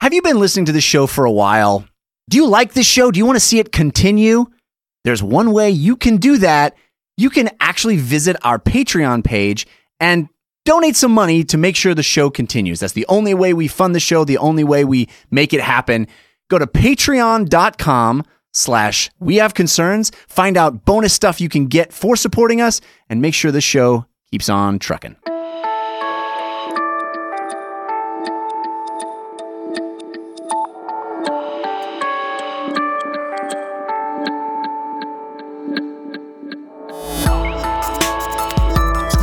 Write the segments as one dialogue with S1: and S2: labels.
S1: Have you been listening to this show for a while? Do you like this show? Do you want to see it continue? There's one way you can do that. You can actually visit our Patreon page and donate some money to make sure the show continues. That's the only way we fund the show, the only way we make it happen. Go to patreon.com slash we have concerns, find out bonus stuff you can get for supporting us, and make sure the show keeps on trucking.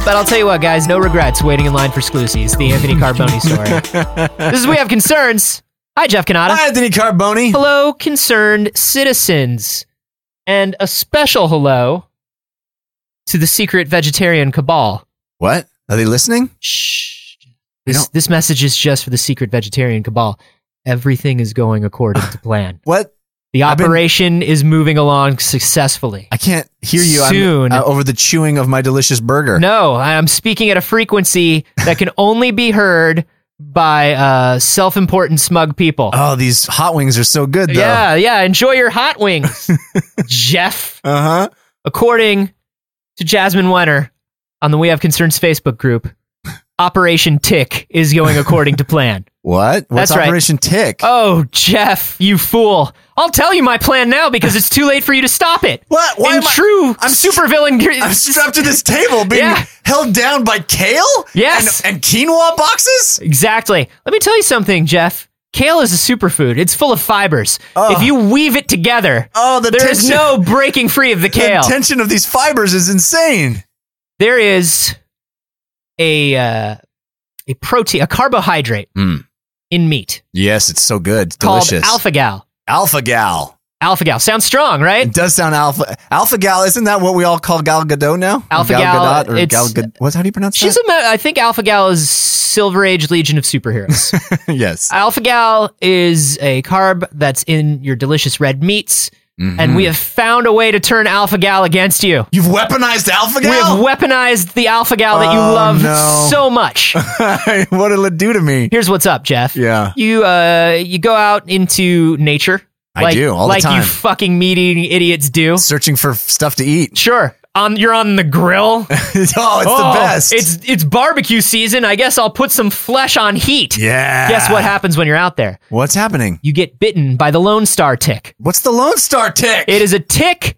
S2: But I'll tell you what, guys, no regrets waiting in line for Sclusies, the Anthony Carboni story. this is We Have Concerns. Hi, Jeff Canada.
S1: Hi, Anthony Carboni.
S2: Hello, concerned citizens. And a special hello to the secret vegetarian cabal.
S1: What? Are they listening?
S2: Shh.
S1: They
S2: This,
S1: don't-
S2: this message is just for the secret vegetarian cabal. Everything is going according to plan.
S1: What?
S2: The
S1: I've been-
S2: operation is moving along successfully.
S1: I can't hear you. I'm,
S2: Soon.
S1: uh, over the chewing of my delicious burger.
S2: No, I'm speaking at a frequency that can only be heard by uh, self-important smug people.
S1: Oh, these hot wings are so good, though.
S2: yeah, yeah. Enjoy your hot wings, Jeff.
S1: Uh huh.
S2: According to Jasmine Wenner on the We Have Concerns Facebook group, Operation Tick is going according to plan.
S1: What? What's
S2: That's right.
S1: Operation Tick?
S2: Oh, Jeff, you fool! I'll tell you my plan now because it's too late for you to stop it.
S1: what? Why
S2: In
S1: am I-
S2: true
S1: I'm str-
S2: supervillain.
S1: I'm strapped to this table, being
S2: Yeah.
S1: held down by kale.
S2: Yes.
S1: And, and quinoa boxes.
S2: Exactly. Let me tell you something, Jeff. Kale is a superfood. It's full of fibers.
S1: Ugh.
S2: If you weave it together,
S1: Oh, the
S2: there is
S1: tension,
S2: no breaking free of the
S1: the
S2: kale.
S1: tension of these fibers is insane.
S2: there is a uh, a protein, a carbohydrate
S1: Mm.
S2: in meat
S1: Yes, it's so good,
S2: called alpha gal.
S1: alpha gal.
S2: Alpha gal sounds strong,
S1: It
S2: right?
S1: does sound alpha. Alpha gal. Isn't that what we all call Gal Gadot now? Or
S2: Alpha
S1: gal
S2: gal,
S1: Gadot or
S2: it's-
S1: Gal Gadot. What? How do you pronounce
S2: She's a. ma- I think alpha gal is Silver Age Legion of superheroes.
S1: that? yes.
S2: alpha gal is a carb that's in your delicious red meats, and we have found a way to turn alpha gal against you.
S1: You've weaponized alpha
S2: We have
S1: gal.
S2: weaponized the alpha gal that you
S1: Oh,
S2: love
S1: no.
S2: so much.
S1: What'll it do to me?
S2: Here's what's up, Jeff.
S1: Yeah.
S2: You uh you go out into nature.
S1: I do, all the
S2: like
S1: time.
S2: you fucking meat eating idiots do.
S1: Searching for stuff to eat.
S2: Sure. On you're on the
S1: oh,
S2: grill.
S1: it's
S2: Oh,
S1: the best.
S2: It's it's barbecue season. I guess I'll put some flesh on heat.
S1: yeah.
S2: Guess what happens when you're out there?
S1: What's happening?
S2: You get bitten by the Lone Star tick.
S1: What's the Lone Star tick?
S2: It is a tick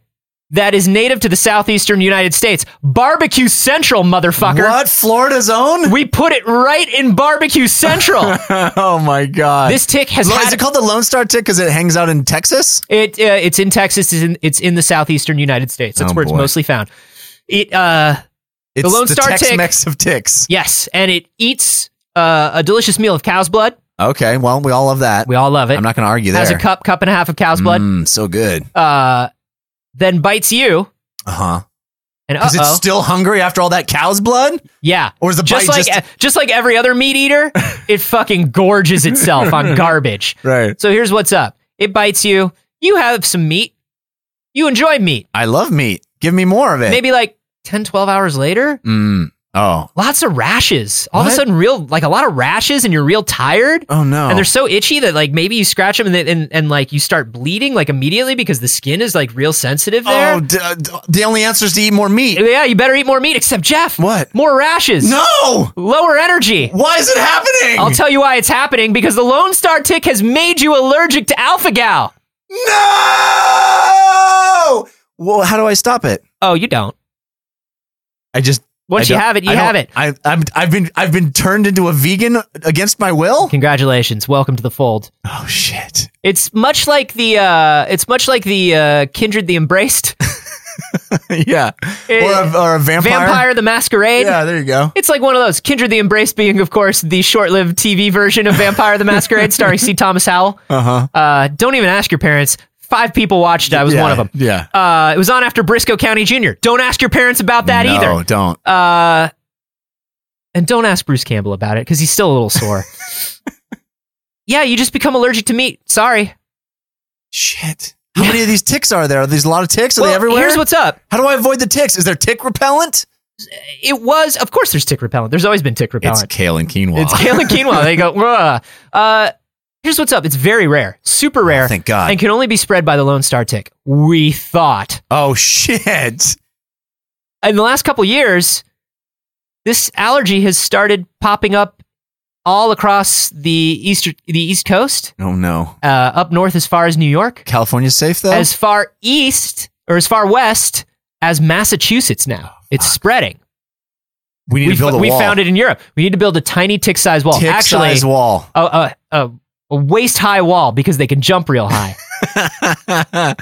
S2: that is native to the southeastern United States. Barbecue Central, motherfucker.
S1: What? Florida's own?
S2: We put it right in Barbecue Central.
S1: oh my god.
S2: This tick has
S1: Lo- is
S2: had
S1: it called the Lone Star tick because it hangs out in Texas?
S2: it. Uh, it's in Texas. It's in, it's in the southeastern United States. That's
S1: Oh,
S2: where it's
S1: boy.
S2: mostly found. It. Uh,
S1: It's
S2: Lone Star tick.
S1: Tex-Mex of ticks.
S2: yes, and it eats uh, a delicious meal of cow's blood.
S1: Okay, well, we all love that.
S2: We all love it.
S1: I'm not going to argue there.
S2: Has a cup, cup and a half of cow's blood.
S1: Mm, so good.
S2: Uh, then bites you.
S1: Uh huh.
S2: And uh
S1: Because it's
S2: oh,
S1: still hungry after all that cow's blood,
S2: yeah.
S1: or is the
S2: Just
S1: bite
S2: like e,
S1: just
S2: just, like every other meat eater, it fucking gorges itself on garbage.
S1: right?
S2: So here's what's up. It bites you. You have some meat. You enjoy meat.
S1: I love meat. Give me more of it.
S2: Maybe like 10, 12 hours later,
S1: Mm. Oh.
S2: lots of rashes. All of
S1: What?
S2: a sudden, real like a lot of rashes, and you're real tired.
S1: Oh no.
S2: And they're so itchy that like maybe you scratch them and, then- and and like you start bleeding like immediately because the skin is like real sensitive there.
S1: Oh, d- d- the only answer is to eat more meat.
S2: yeah, you better eat more meat. Except Jeff,
S1: What?
S2: More rashes.
S1: No.
S2: Lower energy.
S1: Why is it happening?
S2: I'll tell you why it's happening because the Lone Star tick has made you allergic to alpha gal.
S1: No! Well, how do I stop it?
S2: Oh, you don't.
S1: I just
S2: Once
S1: I
S2: you
S1: don't-
S2: have it, you
S1: I
S2: have
S1: don't-
S2: it.
S1: I, I'm, I've been I've been turned into a vegan against my will.
S2: Congratulations. Welcome to the fold.
S1: Oh shit!
S2: It's much like the uh it's much like the uh kindred the embraced
S1: yeah,
S2: Eh,
S1: or a, or a vampire.
S2: vampire the masquerade.
S1: Yeah, there you go.
S2: It's like one of those. Kindred the Embrace being, of course, the short lived TV version of Vampire the Masquerade starring C. Thomas Howell.
S1: Uh huh.
S2: Uh, don't even ask your parents. Five people watched it. I was
S1: yeah,
S2: one of them.
S1: Yeah.
S2: Uh, it was on after Briscoe County Jr. Don't ask your parents about that
S1: no,
S2: either.
S1: don't.
S2: Uh, and don't ask Bruce Campbell about it because he's still a little sore. yeah, you just become allergic to meat. Sorry.
S1: Shit. How many of these ticks are there? Are these a lot of ticks? Are
S2: Well,
S1: they everywhere?
S2: Here's what's up.
S1: How do I avoid the ticks? Is there tick repellent?
S2: It was, of course, there's tick repellent. There's always been tick repellent.
S1: kale and quinoa.
S2: It's kale and quinoa. They go, "Ugh." uh, Here's what's up. It's very rare, super rare,
S1: Thank God.
S2: and can only be spread by the Lone Star tick. We thought.
S1: oh shit.
S2: in the last couple years, this allergy has started popping up all across the east the East Coast,
S1: Oh no.
S2: uh, up north as far as New York,
S1: California's safe though.
S2: as far east or as far west as Massachusetts. Now it's spreading.
S1: we need
S2: we
S1: to build a
S2: we
S1: wall.
S2: found it in Europe. We need to build a tiny tick-sized wall. Actually,
S1: Tick-sized wall.
S2: a, a, a, a waist-high wall because they can jump real high. Um,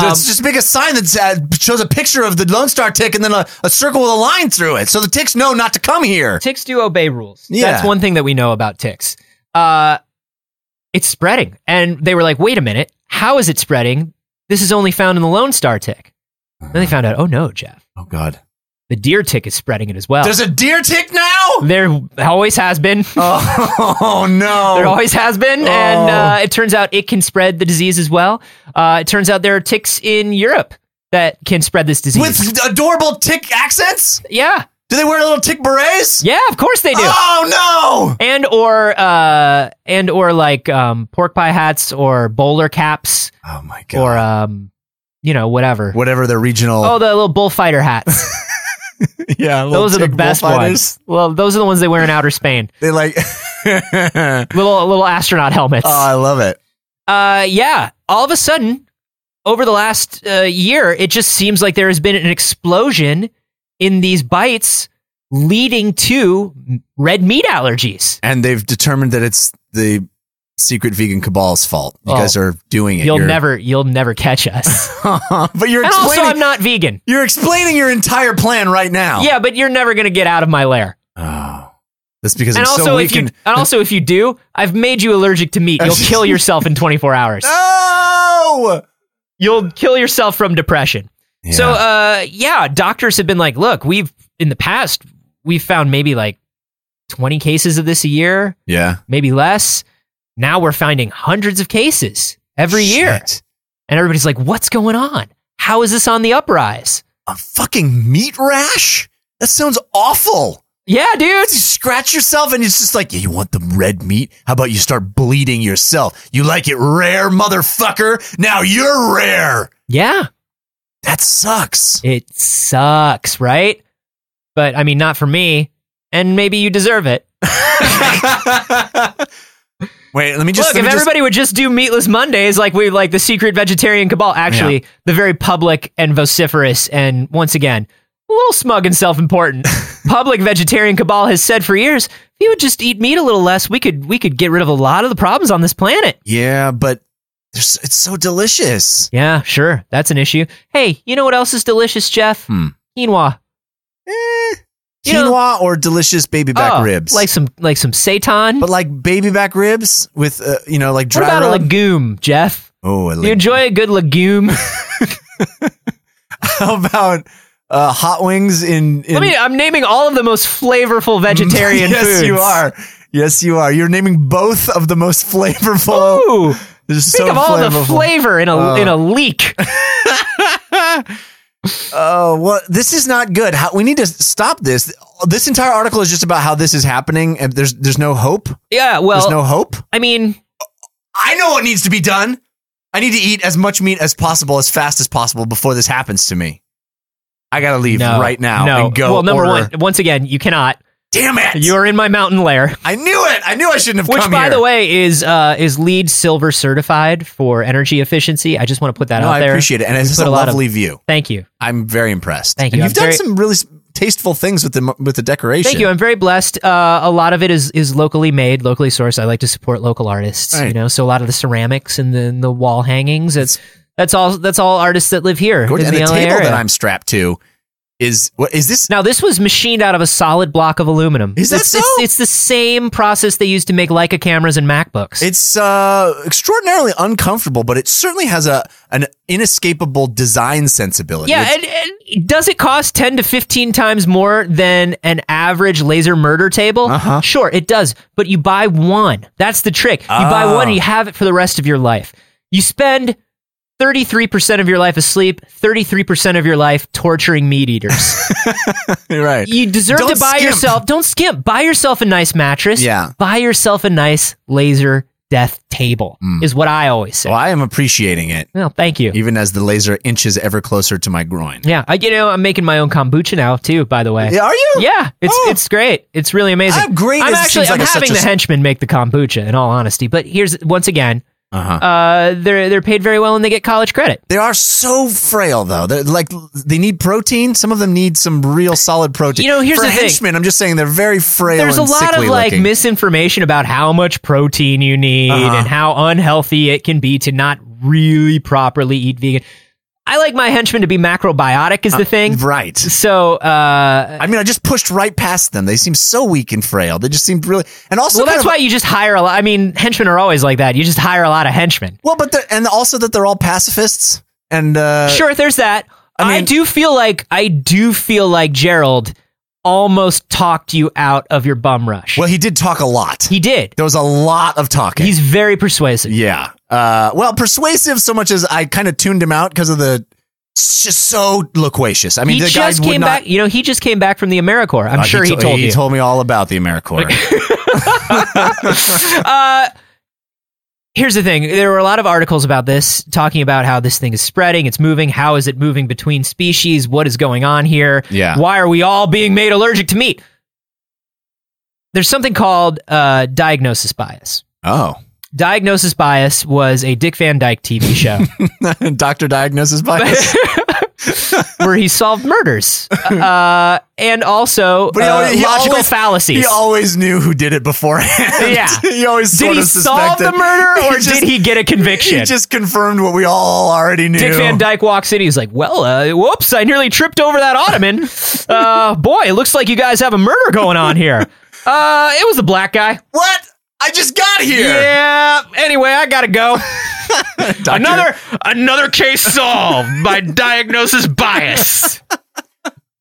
S1: just, just make a sign that uh, shows a picture of the Lone Star tick and then a, a circle with a line through it, so the ticks know not to come here.
S2: ticks do obey rules.
S1: Yeah.
S2: That's one thing that we know about ticks. Uh, it's spreading. And they were like, wait a minute, how is it spreading? This is only found in the Lone Star tick. Then they found out, oh no, Jeff,
S1: Oh God!
S2: the deer tick is spreading it as well.
S1: There's a deer tick now.
S2: there always has been.
S1: oh,
S2: There
S1: no!
S2: always has been, and uh, it turns out it can spread the disease as well. Uh, it turns out there are ticks in Europe that can spread this disease.
S1: With adorable tick accents?
S2: yeah,
S1: Do they wear little tick berets?
S2: yeah, of course they do.
S1: Oh
S2: and or uh and or like um pork pie hats or bowler caps
S1: no! Oh my
S2: or um you know whatever
S1: Whatever the regional.
S2: oh the little bullfighter hats
S1: yeah, little
S2: those are the
S1: tick
S2: best
S1: bullfighters.
S2: ones well those are the ones they wear in outer spain
S1: They like. oh,
S2: little little astronaut helmets
S1: I love it.
S2: uh yeah all of a sudden over the last uh, year it just seems like there has been an explosion in these bites leading to red meat allergies
S1: And they've determined that it's the secret vegan cabal's fault. You
S2: Oh.
S1: guys are doing it.
S2: you'll
S1: You're-
S2: never you'll never catch us
S1: but you're
S2: and also
S1: explaining.
S2: i'm not vegan
S1: you're explaining your entire plan right now.
S2: Yeah, but you're never gonna get out of my lair.
S1: Oh. That's because
S2: And
S1: I'm
S2: also,
S1: so
S2: if
S1: weak
S2: you
S1: and.
S2: and also if you do, I've made you allergic to meat. You'll kill yourself in 24 hours.
S1: No.
S2: You'll kill yourself from depression. So, uh, yeah, doctors have been like, look, we've in the past we've found maybe like 20 cases of this a year,
S1: yeah.
S2: maybe less. Now we're finding hundreds of cases every year,
S1: Shit.
S2: and everybody's like, what's going on? How is this on the uprise?
S1: A fucking meat rash? That sounds awful.
S2: Yeah, dude.
S1: You scratch yourself and it's just like, yeah, you want the red meat? How about you start bleeding yourself? You like it rare, motherfucker? Now you're rare.
S2: Yeah.
S1: That sucks.
S2: It sucks, right? But I mean, not for me. And maybe you deserve it.
S1: Wait, let me just.
S2: Look,
S1: let me
S2: if
S1: just-
S2: everybody would just do meatless Mondays, like we like the secret vegetarian cabal, actually, the very public and vociferous, and once again, a little smug and self-important public vegetarian cabal has said for years, if you would just eat meat a little less, we could we could get rid of a lot of the problems on this planet.
S1: yeah, but there's, it's so delicious.
S2: Yeah, sure, that's an issue. Hey, you know what else is delicious, Jeff?
S1: Hmm.
S2: Quinoa. Eh, You know-
S1: Quinoa or delicious baby back
S2: Oh,
S1: ribs?
S2: like some like some seitan.
S1: but like baby back ribs with, uh, you know, like
S2: what
S1: dry
S2: about a
S1: rub?
S2: legume, Jeff?
S1: oh, a
S2: You
S1: leg-
S2: enjoy a good legume.
S1: how about uh, hot wings in? in
S2: Let me. I'm naming all of the most flavorful vegetarian
S1: yes,
S2: foods.
S1: you are. Yes, you are. You're naming both of the most flavorful.
S2: Ooh,
S1: They're just
S2: think
S1: Oh, so
S2: of all the
S1: flavorful.
S2: flavor in a
S1: Uh.
S2: in a leek.
S1: Oh, well, this is not good. How, we need to stop this. This entire article is just about how this is happening. And there's there's no hope.
S2: Yeah. Well,
S1: There's no hope.
S2: I mean,
S1: I know what needs to be done. I need to eat as much meat as possible, as fast as possible before this happens to me. I gotta leave
S2: no,
S1: right now
S2: No.
S1: and go.
S2: well, number
S1: order-
S2: one, once again, you cannot.
S1: Damn it!
S2: You are in my mountain lair,
S1: I knew it. I knew I shouldn't have
S2: which,
S1: come
S2: by
S1: here.
S2: the way, is uh is lead silver certified for energy efficiency. I just want to put that
S1: no,
S2: out
S1: I
S2: there.
S1: appreciate it, and it's just
S2: put
S1: a
S2: a lot of-
S1: lovely view.
S2: Thank you.
S1: I'm very impressed.
S2: Thank
S1: And
S2: you.
S1: you've
S2: I'm
S1: done
S2: very-
S1: some really s- tasteful things with the with the decoration.
S2: Thank you. I'm very blessed. Uh, a lot of it is is locally made, locally sourced. I like to support local artists. You
S1: Right.
S2: know, so a lot of the ceramics and the and the wall hangings. It's that's all that's all artists that live here
S1: Gorgeous.
S2: in
S1: And
S2: the,
S1: the
S2: LA
S1: table
S2: area.
S1: that I'm strapped to is what is this?
S2: now this was machined out of a solid block of aluminum.
S1: Is that
S2: it's, it's-
S1: so?
S2: It's, the same process they use to make Leica cameras and MacBooks.
S1: It's uh, extraordinarily uncomfortable, but it certainly has a an inescapable design sensibility.
S2: yeah,
S1: It's-
S2: and, and does it cost ten to fifteen times more than an average laser murder table?
S1: Uh-huh.
S2: Sure, it does, but you buy one. That's the trick. You buy
S1: Ah.
S2: one and you have it for the rest of your life. You spend thirty three percent of your life asleep, thirty three percent of your life torturing meat eaters.
S1: you're right.
S2: you deserve
S1: Don't
S2: to buy
S1: skimp.
S2: yourself. Don't skimp. Buy yourself a nice mattress.
S1: Yeah.
S2: Buy yourself a nice laser death table,
S1: Mm.
S2: is what I always say.
S1: Well, I am appreciating it,
S2: Well, thank you.
S1: even as the laser inches ever closer to my groin.
S2: Yeah, I, you know, I'm making my own kombucha now too. By the way,
S1: Yeah, Are you?
S2: Yeah, it's
S1: Oh.
S2: it's great. It's really amazing.
S1: I'm great.
S2: I'm
S1: It
S2: actually
S1: seems like
S2: I'm
S1: it's such
S2: having
S1: a
S2: the
S1: s-
S2: henchmen make the kombucha. In all honesty, but here's once again,
S1: Uh-huh.
S2: uh, they're they're paid very well and they get college credit.
S1: They are so frail, though. They're like they need protein. Some of them need some real solid protein.
S2: You know, here's
S1: For
S2: the thing.
S1: henchmen, I'm just saying they're very frail.
S2: There's a
S1: and
S2: lot of
S1: sickly
S2: like
S1: looking.
S2: misinformation about how much protein you need
S1: Uh-huh.
S2: and how unhealthy it can be to not really properly eat vegan. I like my henchmen to be macrobiotic is the thing.
S1: right.
S2: So uh,
S1: Uh, I mean, I just pushed right past them. They seem so weak and frail. They just seem really, and also
S2: well,
S1: kind
S2: that's
S1: of-
S2: why you just hire a lot. I mean, henchmen are always like that. You just hire a lot of henchmen.
S1: Well, but they're- and also that they're all pacifists. And uh,
S2: sure, there's that. I,
S1: mean-
S2: do feel like I do feel like Gerald almost talked you out of your bum rush.
S1: well, he did talk a lot.
S2: He did.
S1: there was a lot of talking.
S2: He's very persuasive.
S1: yeah. Uh, well, persuasive so much as I kind of tuned him out because of the it's just so loquacious. I mean,
S2: he
S1: the guy
S2: just
S1: would
S2: came
S1: not.
S2: back. You know, he just came back from the AmeriCorps. I'm
S1: Uh,
S2: sure he,
S1: to-
S2: told
S1: he
S2: you.
S1: told me all about the AmeriCorps.
S2: uh, here's the thing: there were a lot of articles about this, talking about how this thing is spreading, it's moving. How is it moving between species? What is going on here?
S1: Yeah.
S2: Why are we all being made allergic to meat? There's something called uh, diagnosis bias.
S1: Oh,
S2: Diagnosis Bias was a Dick Van Dyke TV show
S1: Doctor Diagnosis bias.
S2: where he solved murders uh, and also
S1: But he
S2: uh,
S1: always- he
S2: logical
S1: always-
S2: fallacies.
S1: he always knew who did it beforehand.
S2: Yeah.
S1: he always
S2: did
S1: sort
S2: he
S1: of
S2: solve
S1: suspected.
S2: the murder
S1: He
S2: or
S1: just-
S2: did he get a conviction?
S1: He just confirmed what we all already knew.
S2: Dick Van Dyke walks in. He's like, "Well, uh, whoops! I nearly tripped over that ottoman. Uh, boy, it looks like you guys have a murder going on here. Uh, it was the black guy.
S1: What? I just got here.
S2: Yeah. Anyway, I gotta go.
S1: Doctor-
S2: another another case solved by diagnosis bias.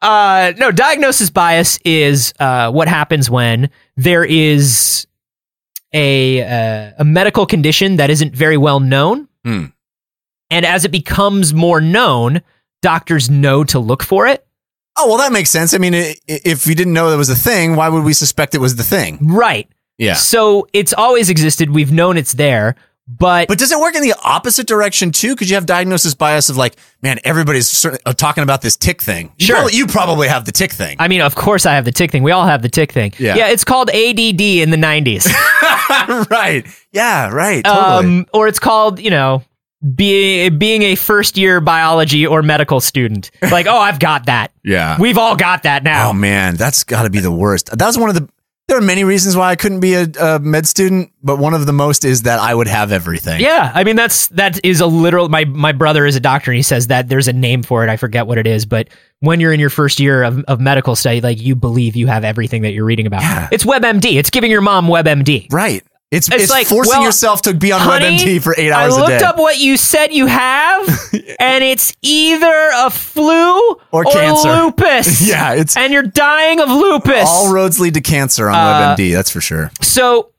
S2: Uh, no, diagnosis bias is uh, what happens when there is a uh, a medical condition that isn't very well known,
S1: Hmm.
S2: and as it becomes more known, doctors know to look for it.
S1: Oh well, that makes sense. I mean, i i- if you didn't know that was a thing, why would we suspect it was the thing?
S2: Right.
S1: Yeah.
S2: So it's always existed. We've known it's there, but
S1: But does it work in the opposite direction too? Because you have diagnosis bias of like, man, everybody's cer- uh, talking about this tick thing. You
S2: Sure.
S1: probably, you probably have the tick thing.
S2: I mean, of course, I have the tick thing. We all have the tick thing.
S1: Yeah.
S2: yeah it's called ADD in the '90s.
S1: right? Yeah. Right. Totally.
S2: um, or it's called you know be, being a first year biology or medical student like oh i've got that
S1: yeah.
S2: we've all got that now
S1: Oh man, that's got to be the worst. That was one of the. There are many reasons why I couldn't be a, a med student, but one of the most is that I would have everything.
S2: yeah i mean that's that is a literal my my brother is a doctor and he says that there's a name for it i forget what it is but when you're in your first year of, of medical study like you believe you have everything that you're reading about
S1: Yeah.
S2: it's webmd it's giving your mom webmd
S1: Right. It's
S2: It's
S1: it's,
S2: like,
S1: forcing
S2: well,
S1: yourself to be on
S2: honey,
S1: WebMD for eight
S2: I
S1: hours a
S2: looked
S1: day.
S2: up what you said you have, and it's either a flu
S1: Or cancer.
S2: lupus.
S1: yeah, it's
S2: and you're dying of lupus.
S1: all roads lead to cancer on
S2: Uh,
S1: WebMD. That's for sure.
S2: So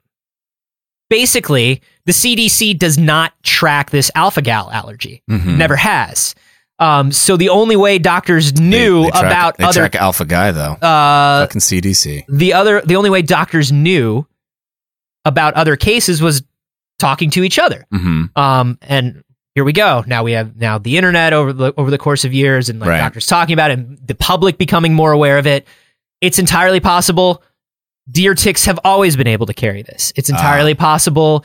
S2: basically, the CDC does not track this alpha gal allergy.
S1: Mhm.
S2: Never has. Um, so the only way doctors
S1: They-
S2: knew
S1: they track-
S2: about
S1: they
S2: other
S1: track alpha guy though.
S2: uh,
S1: Fucking CDC.
S2: the other the only way doctors knew about other cases was talking to each other.
S1: Mm-hmm.
S2: Um, and here we go. Now we have now the internet over the over the course of years, and like
S1: Right.
S2: doctors talking about it, and the public becoming more aware of it. It's entirely possible. Deer ticks have always been able to carry this. It's
S1: Ah.
S2: entirely possible.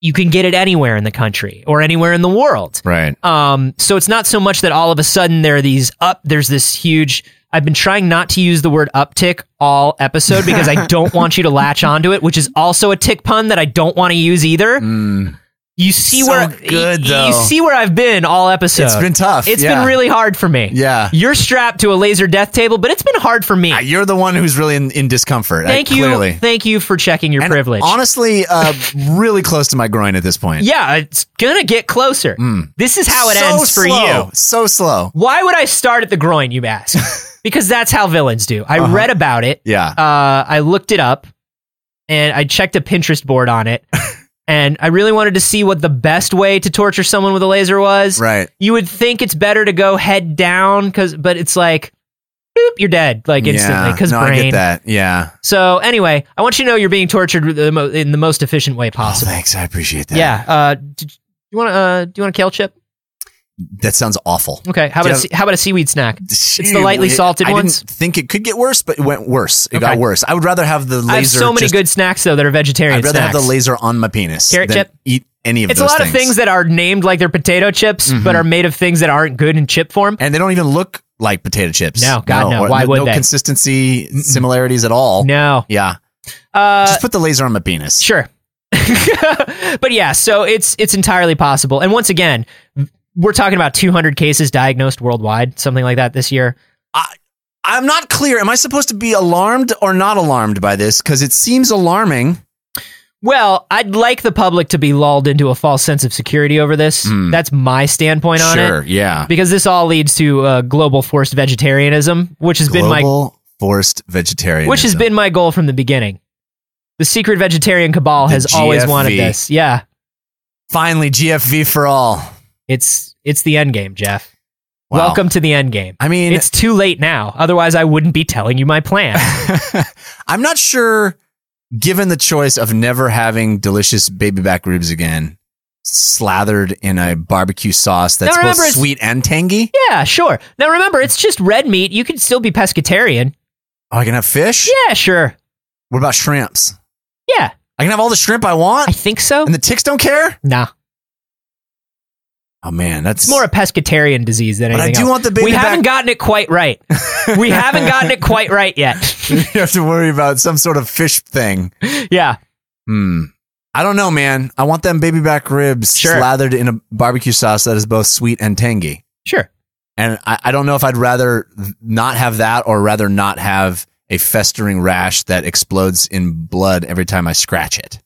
S2: You can get it anywhere in the country or anywhere in the world.
S1: Right.
S2: Um, so it's not so much that all of a sudden there are these up. There's this huge. I've been trying not to use the word uptick all episode because I don't want you to latch onto it, which is also a tick pun that I don't want to use either.
S1: Mm.
S2: You see
S1: So
S2: where
S1: good,
S2: y-
S1: though.
S2: You see where I've been all episode.
S1: It's been tough.
S2: It's
S1: yeah.
S2: been really hard for me.
S1: Yeah.
S2: You're strapped to a laser death table, but it's been hard for me.
S1: Ah, You're the one who's really in, in discomfort. I-
S2: thank you.
S1: Clearly.
S2: Thank you for checking your
S1: And
S2: privilege.
S1: Honestly, uh, really close to my groin at this point.
S2: yeah, it's gonna get closer.
S1: Mm.
S2: This is how it
S1: So
S2: ends for
S1: slow,
S2: you.
S1: So slow.
S2: Why would I start at the groin, you ask? because that's how villains do. I
S1: Uh-huh.
S2: read about it.
S1: Yeah.
S2: Uh, I looked it up and I checked a Pinterest board on it. and I really wanted to see what the best way to torture someone with a laser was.
S1: Right.
S2: you would think it's better to go head down because but it's like boop, you're dead like instantly because
S1: no, I
S2: brain.
S1: get that. Yeah.
S2: So anyway, I want you to know you're being tortured with the mo- in the most efficient way possible.
S1: Oh, thanks. I appreciate that.
S2: yeah. Uh, d- d- you want uh, do you want a kale chip?
S1: That sounds awful.
S2: Okay. How about
S1: Yeah.
S2: a, se- how about a seaweed snack?
S1: It's
S2: the lightly salted
S1: I
S2: ones?
S1: didn't think it could get worse, but it went worse. It got
S2: Okay.
S1: worse. I would rather have the laser.
S2: I have so many
S1: just-
S2: good snacks though that are vegetarian.
S1: I'd rather have
S2: snacks.
S1: the laser on my penis
S2: Carrot
S1: than
S2: chip?
S1: eat any of
S2: It's a
S1: those Mm-hmm.
S2: lot of things that are named like they're potato chips, but are made of things that aren't good in chip form.
S1: and they don't even look like potato chips.
S2: No, God, no.
S1: or
S2: Why would
S1: no
S2: they?
S1: consistency similarities at all.
S2: No.
S1: Yeah,
S2: Uh,
S1: just put the laser on my penis.
S2: Sure. but yeah, so it's it's entirely possible. And once again, we're talking about 200 cases diagnosed worldwide, something like that this year.
S1: I'm not clear. Am I supposed to be alarmed or not alarmed by this? Because it seems alarming.
S2: Well, I'd like the public to be lulled into a false sense of security over this. That's my standpoint on
S1: Mm. sure.
S2: it.
S1: Yeah.
S2: Because this all leads to uh, global forced vegetarianism, which has been my
S1: Global forced vegetarianism.
S2: which has been my goal from the beginning. The secret vegetarian cabal
S1: The
S2: has always wanted
S1: GFV.
S2: this. Yeah,
S1: finally GFV for all. Wow.
S2: it's it's the end game, Jeff. Welcome to the end game.
S1: I mean,
S2: it's too late now. Otherwise, I wouldn't be telling you my plan.
S1: I'm not sure, given the choice of never having delicious baby back ribs again, slathered in a barbecue sauce that's both
S2: Now remember, it's-
S1: sweet and tangy.
S2: yeah, sure. Now remember, it's just red meat. You can still be pescatarian.
S1: Oh, I can have fish?
S2: Yeah, sure.
S1: What about shrimps?
S2: Yeah,
S1: I can have all the shrimp I want,
S2: I think so.
S1: and the ticks don't care?
S2: Nah,
S1: Oh, man, that's
S2: it's more a pescatarian disease than
S1: But I
S2: anything.
S1: do
S2: else.
S1: want the baby
S2: We
S1: back.
S2: haven't gotten it quite right. we haven't gotten it quite right yet.
S1: you have to worry about some sort of fish thing.
S2: yeah,
S1: Hmm. I don't know, man. I want them baby back ribs
S2: Sure.
S1: slathered in a barbecue sauce that is both sweet and tangy.
S2: sure.
S1: And I, I don't know if I'd rather th- not have that or rather not have a festering rash that explodes in blood every time I scratch it.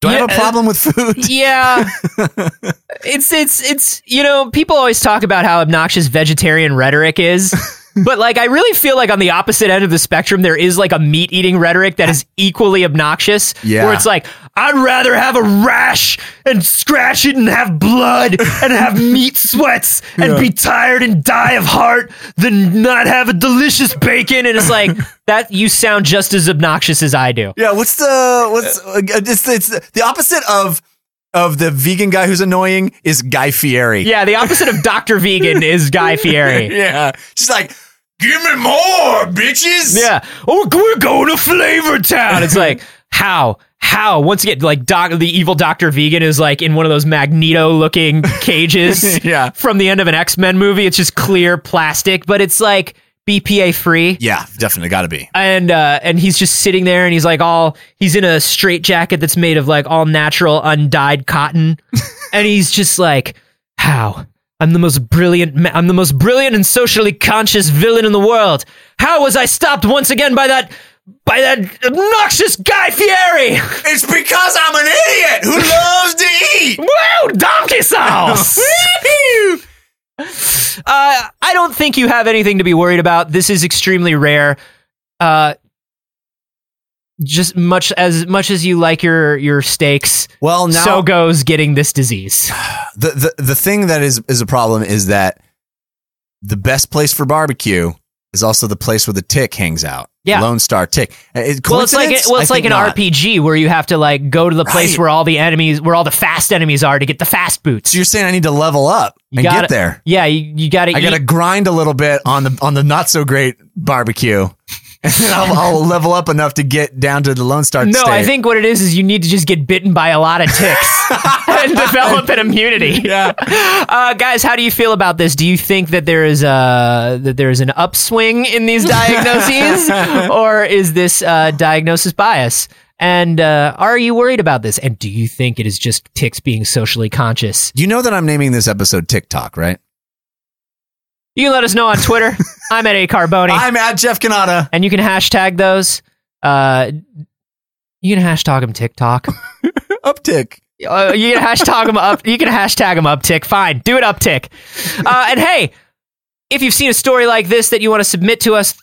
S1: Do I have a
S2: Yeah, uh,
S1: problem with food?
S2: Yeah, it's it's it's you know people always talk about how obnoxious vegetarian rhetoric is. But like I really feel like on the opposite end of the spectrum there is like a meat eating rhetoric that is equally obnoxious.
S1: Yeah.
S2: Where it's like, I'd rather have a rash and scratch it and have blood and have meat sweats and be tired and die of heart than not have a delicious bacon. And it's like that you sound just as obnoxious as I do.
S1: yeah, what's the what's uh, it's, it's the opposite of of the vegan guy who's annoying is Guy Fieri.
S2: Yeah, the opposite of Dr. Vegan is Guy Fieri.
S1: Yeah. She's like, "Give me more, bitches."
S2: Yeah. Oh, we're- we're going to Flavor Town. It's like, how? How? Once again, like doc, the evil Doctor Vegan is like in one of those Magneto-looking cages
S1: Yeah.
S2: from the end of an X-Men movie. It's just clear plastic, but it's like BPA-free.
S1: Yeah, definitely got to be.
S2: And uh, and he's just sitting there, and he's like all he's in a straight jacket that's made of like all natural undyed cotton, and he's just like, how I'm the most brilliant, ma- I'm the most brilliant and socially conscious villain in the world. How was I stopped once again by that by that obnoxious Guy Fieri?
S1: It's because I'm an idiot who loves to eat.
S2: Woo, donkey sauce! uh, I don't think you have anything to be worried about. This is extremely rare. Uh, just much as much as you like your your steaks,
S1: Well, now
S2: so goes getting this disease.
S1: the, the the thing that is is a problem is that the best place for barbecue is also the place where the tick hangs out.
S2: Yeah.
S1: Lone Star Tick. Uh, it-
S2: Well, it's like
S1: coincidence?
S2: well,
S1: I
S2: it's like
S1: think
S2: an
S1: not.
S2: RPG where you have to like go to the place
S1: Right.
S2: where all the enemies, where all the fast enemies are to get the fast boots.
S1: So you're saying I need to level up
S2: You
S1: and
S2: gotta-
S1: get there.
S2: yeah, you, you got to.
S1: I gotta grind a little bit on the on the not so great barbecue, and then I'll, I'll level up enough to get down to the Lone Star.
S2: No, I
S1: state.
S2: think what it is is you need to just get bitten by a lot of ticks and develop an immunity. Yeah, uh, guys, how do you feel about this? Do you think that there is a that there is an upswing in these diagnoses, or is this uh, diagnosis bias? And uh, are you worried about this? And do you think it is just ticks being socially conscious?
S1: you know that I'm naming this episode TikTok, right?
S2: You can let us know on Twitter. I'm at a Carboni.
S1: I'm at Jeff Canada.
S2: and you can hashtag those. Uh, you can hashtag them TikTok.
S1: Uptick.
S2: Uh, you can hashtag them up. You can hashtag them uptick. Fine, do it uptick. Uh, and hey, if you've seen a story like this that you want to submit to us,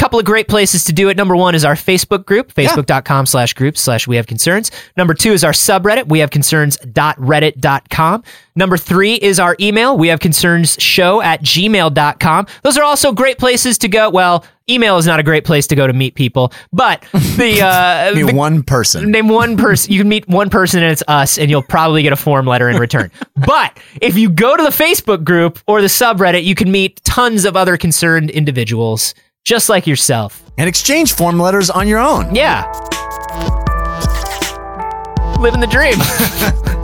S2: Couple of great places to do it. Number one is our Facebook group, facebook.com slash groups slash we have concerns. Number two is our subreddit, we have concerns.reddit.com. Number three is our email, we have concerns show at gmail.com. Those are also great places to go. Well, email is not a great place to go to meet people, but the, uh,
S1: Be
S2: the
S1: one person.
S2: name one person you can meet one person and it's us and you'll probably get a form letter in return but if you go to the facebook group or the subreddit you can meet tons of other concerned individuals just like yourself
S1: And exchange form letters on your own.
S2: yeah living the dream